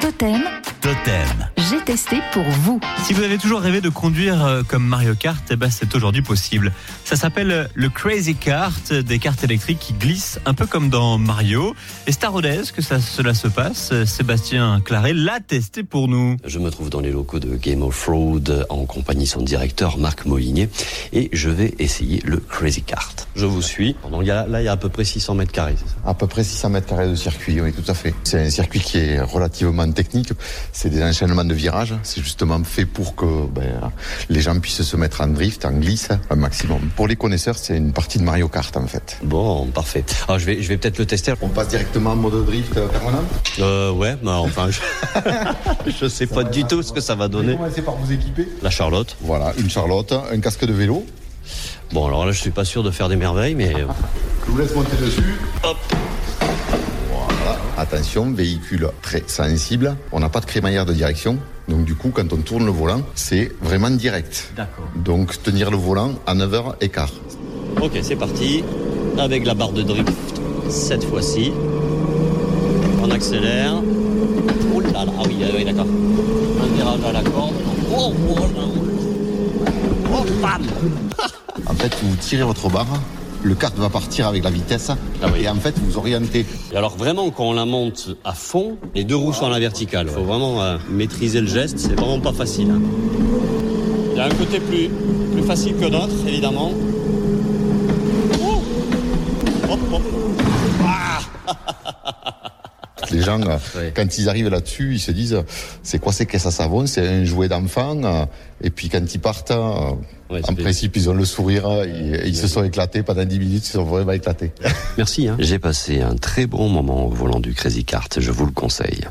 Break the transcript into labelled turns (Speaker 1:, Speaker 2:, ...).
Speaker 1: Totem,
Speaker 2: Totem.
Speaker 1: j'ai testé pour vous.
Speaker 2: Si vous avez toujours rêvé de conduire euh, comme Mario Kart, eh ben, c'est aujourd'hui possible. Ça s'appelle euh, le Crazy Kart, des cartes électriques qui glissent un peu comme dans Mario. Et c'est à Rodez que ça, cela se passe. Euh, Sébastien Claret l'a testé pour nous.
Speaker 3: Je me trouve dans les locaux de Game of Road en compagnie de son directeur Marc Molinier et je vais essayer le Crazy Kart. Je vous suis. Donc, il y a- là, il y a à peu près 600 mètres carrés. c'est ça
Speaker 4: À peu près 600 mètres carrés de circuit, oui, tout à fait. C'est un circuit qui est relativement technique. C'est des enchaînements de virages. C'est justement fait pour que ben, les gens puissent se mettre en drift, en glisse, un maximum. Pour les connaisseurs, c'est une partie de Mario Kart, en fait.
Speaker 3: Bon, parfait. Ah, je vais, je vais peut-être le tester.
Speaker 4: On passe directement en mode drift permanent
Speaker 3: Euh, ouais, bah, enfin, je, je sais pas du tout ce que ça va donner.
Speaker 4: commencer par vous équiper.
Speaker 3: La Charlotte.
Speaker 4: Voilà, une charlotte, un casque de vélo.
Speaker 3: Bon, alors là, je suis pas sûr de faire des merveilles, mais euh,
Speaker 4: Je vous laisse monter dessus. Hop Voilà. Attention, véhicule très sensible. On n'a pas de crémaillère de direction. Donc du coup, quand on tourne le volant, c'est vraiment direct.
Speaker 2: D'accord.
Speaker 4: Donc tenir le volant à 9h15.
Speaker 3: ok, c'est parti. Avec la barre de drift, cette fois-ci. On accélère. Oh là là, ah oui, ah oui, d'accord. Un virage à la corde. Oh, oh, oh, oh, bam
Speaker 4: En fait, vous tirez votre barre, le kart va partir avec la vitesse
Speaker 3: Ah oui.
Speaker 4: et en fait, vous orientez.
Speaker 3: Et alors vraiment, quand on la monte à fond, les deux roues sont à la verticale. Il faut vraiment euh, maîtriser le geste, c'est vraiment pas facile. hein. Il y a un côté plus, plus facile que d'autres, évidemment. Oh Hop, hop.
Speaker 4: Les gens, euh,
Speaker 3: Oui.
Speaker 4: quand ils arrivent là-dessus, ils se disent c'est quoi ces caisses à savon C'est un jouet d'enfant. euh, Et puis quand ils partent, euh,
Speaker 3: Ouais, c'est
Speaker 4: en
Speaker 3: des-
Speaker 4: principe, ils ont le sourire. euh, et- et ils se sont éclatés pendant 10 minutes. Ils sont vraiment éclatés.
Speaker 3: Merci. J'ai passé un très bon moment au volant du Crazy Kart, je vous le conseille.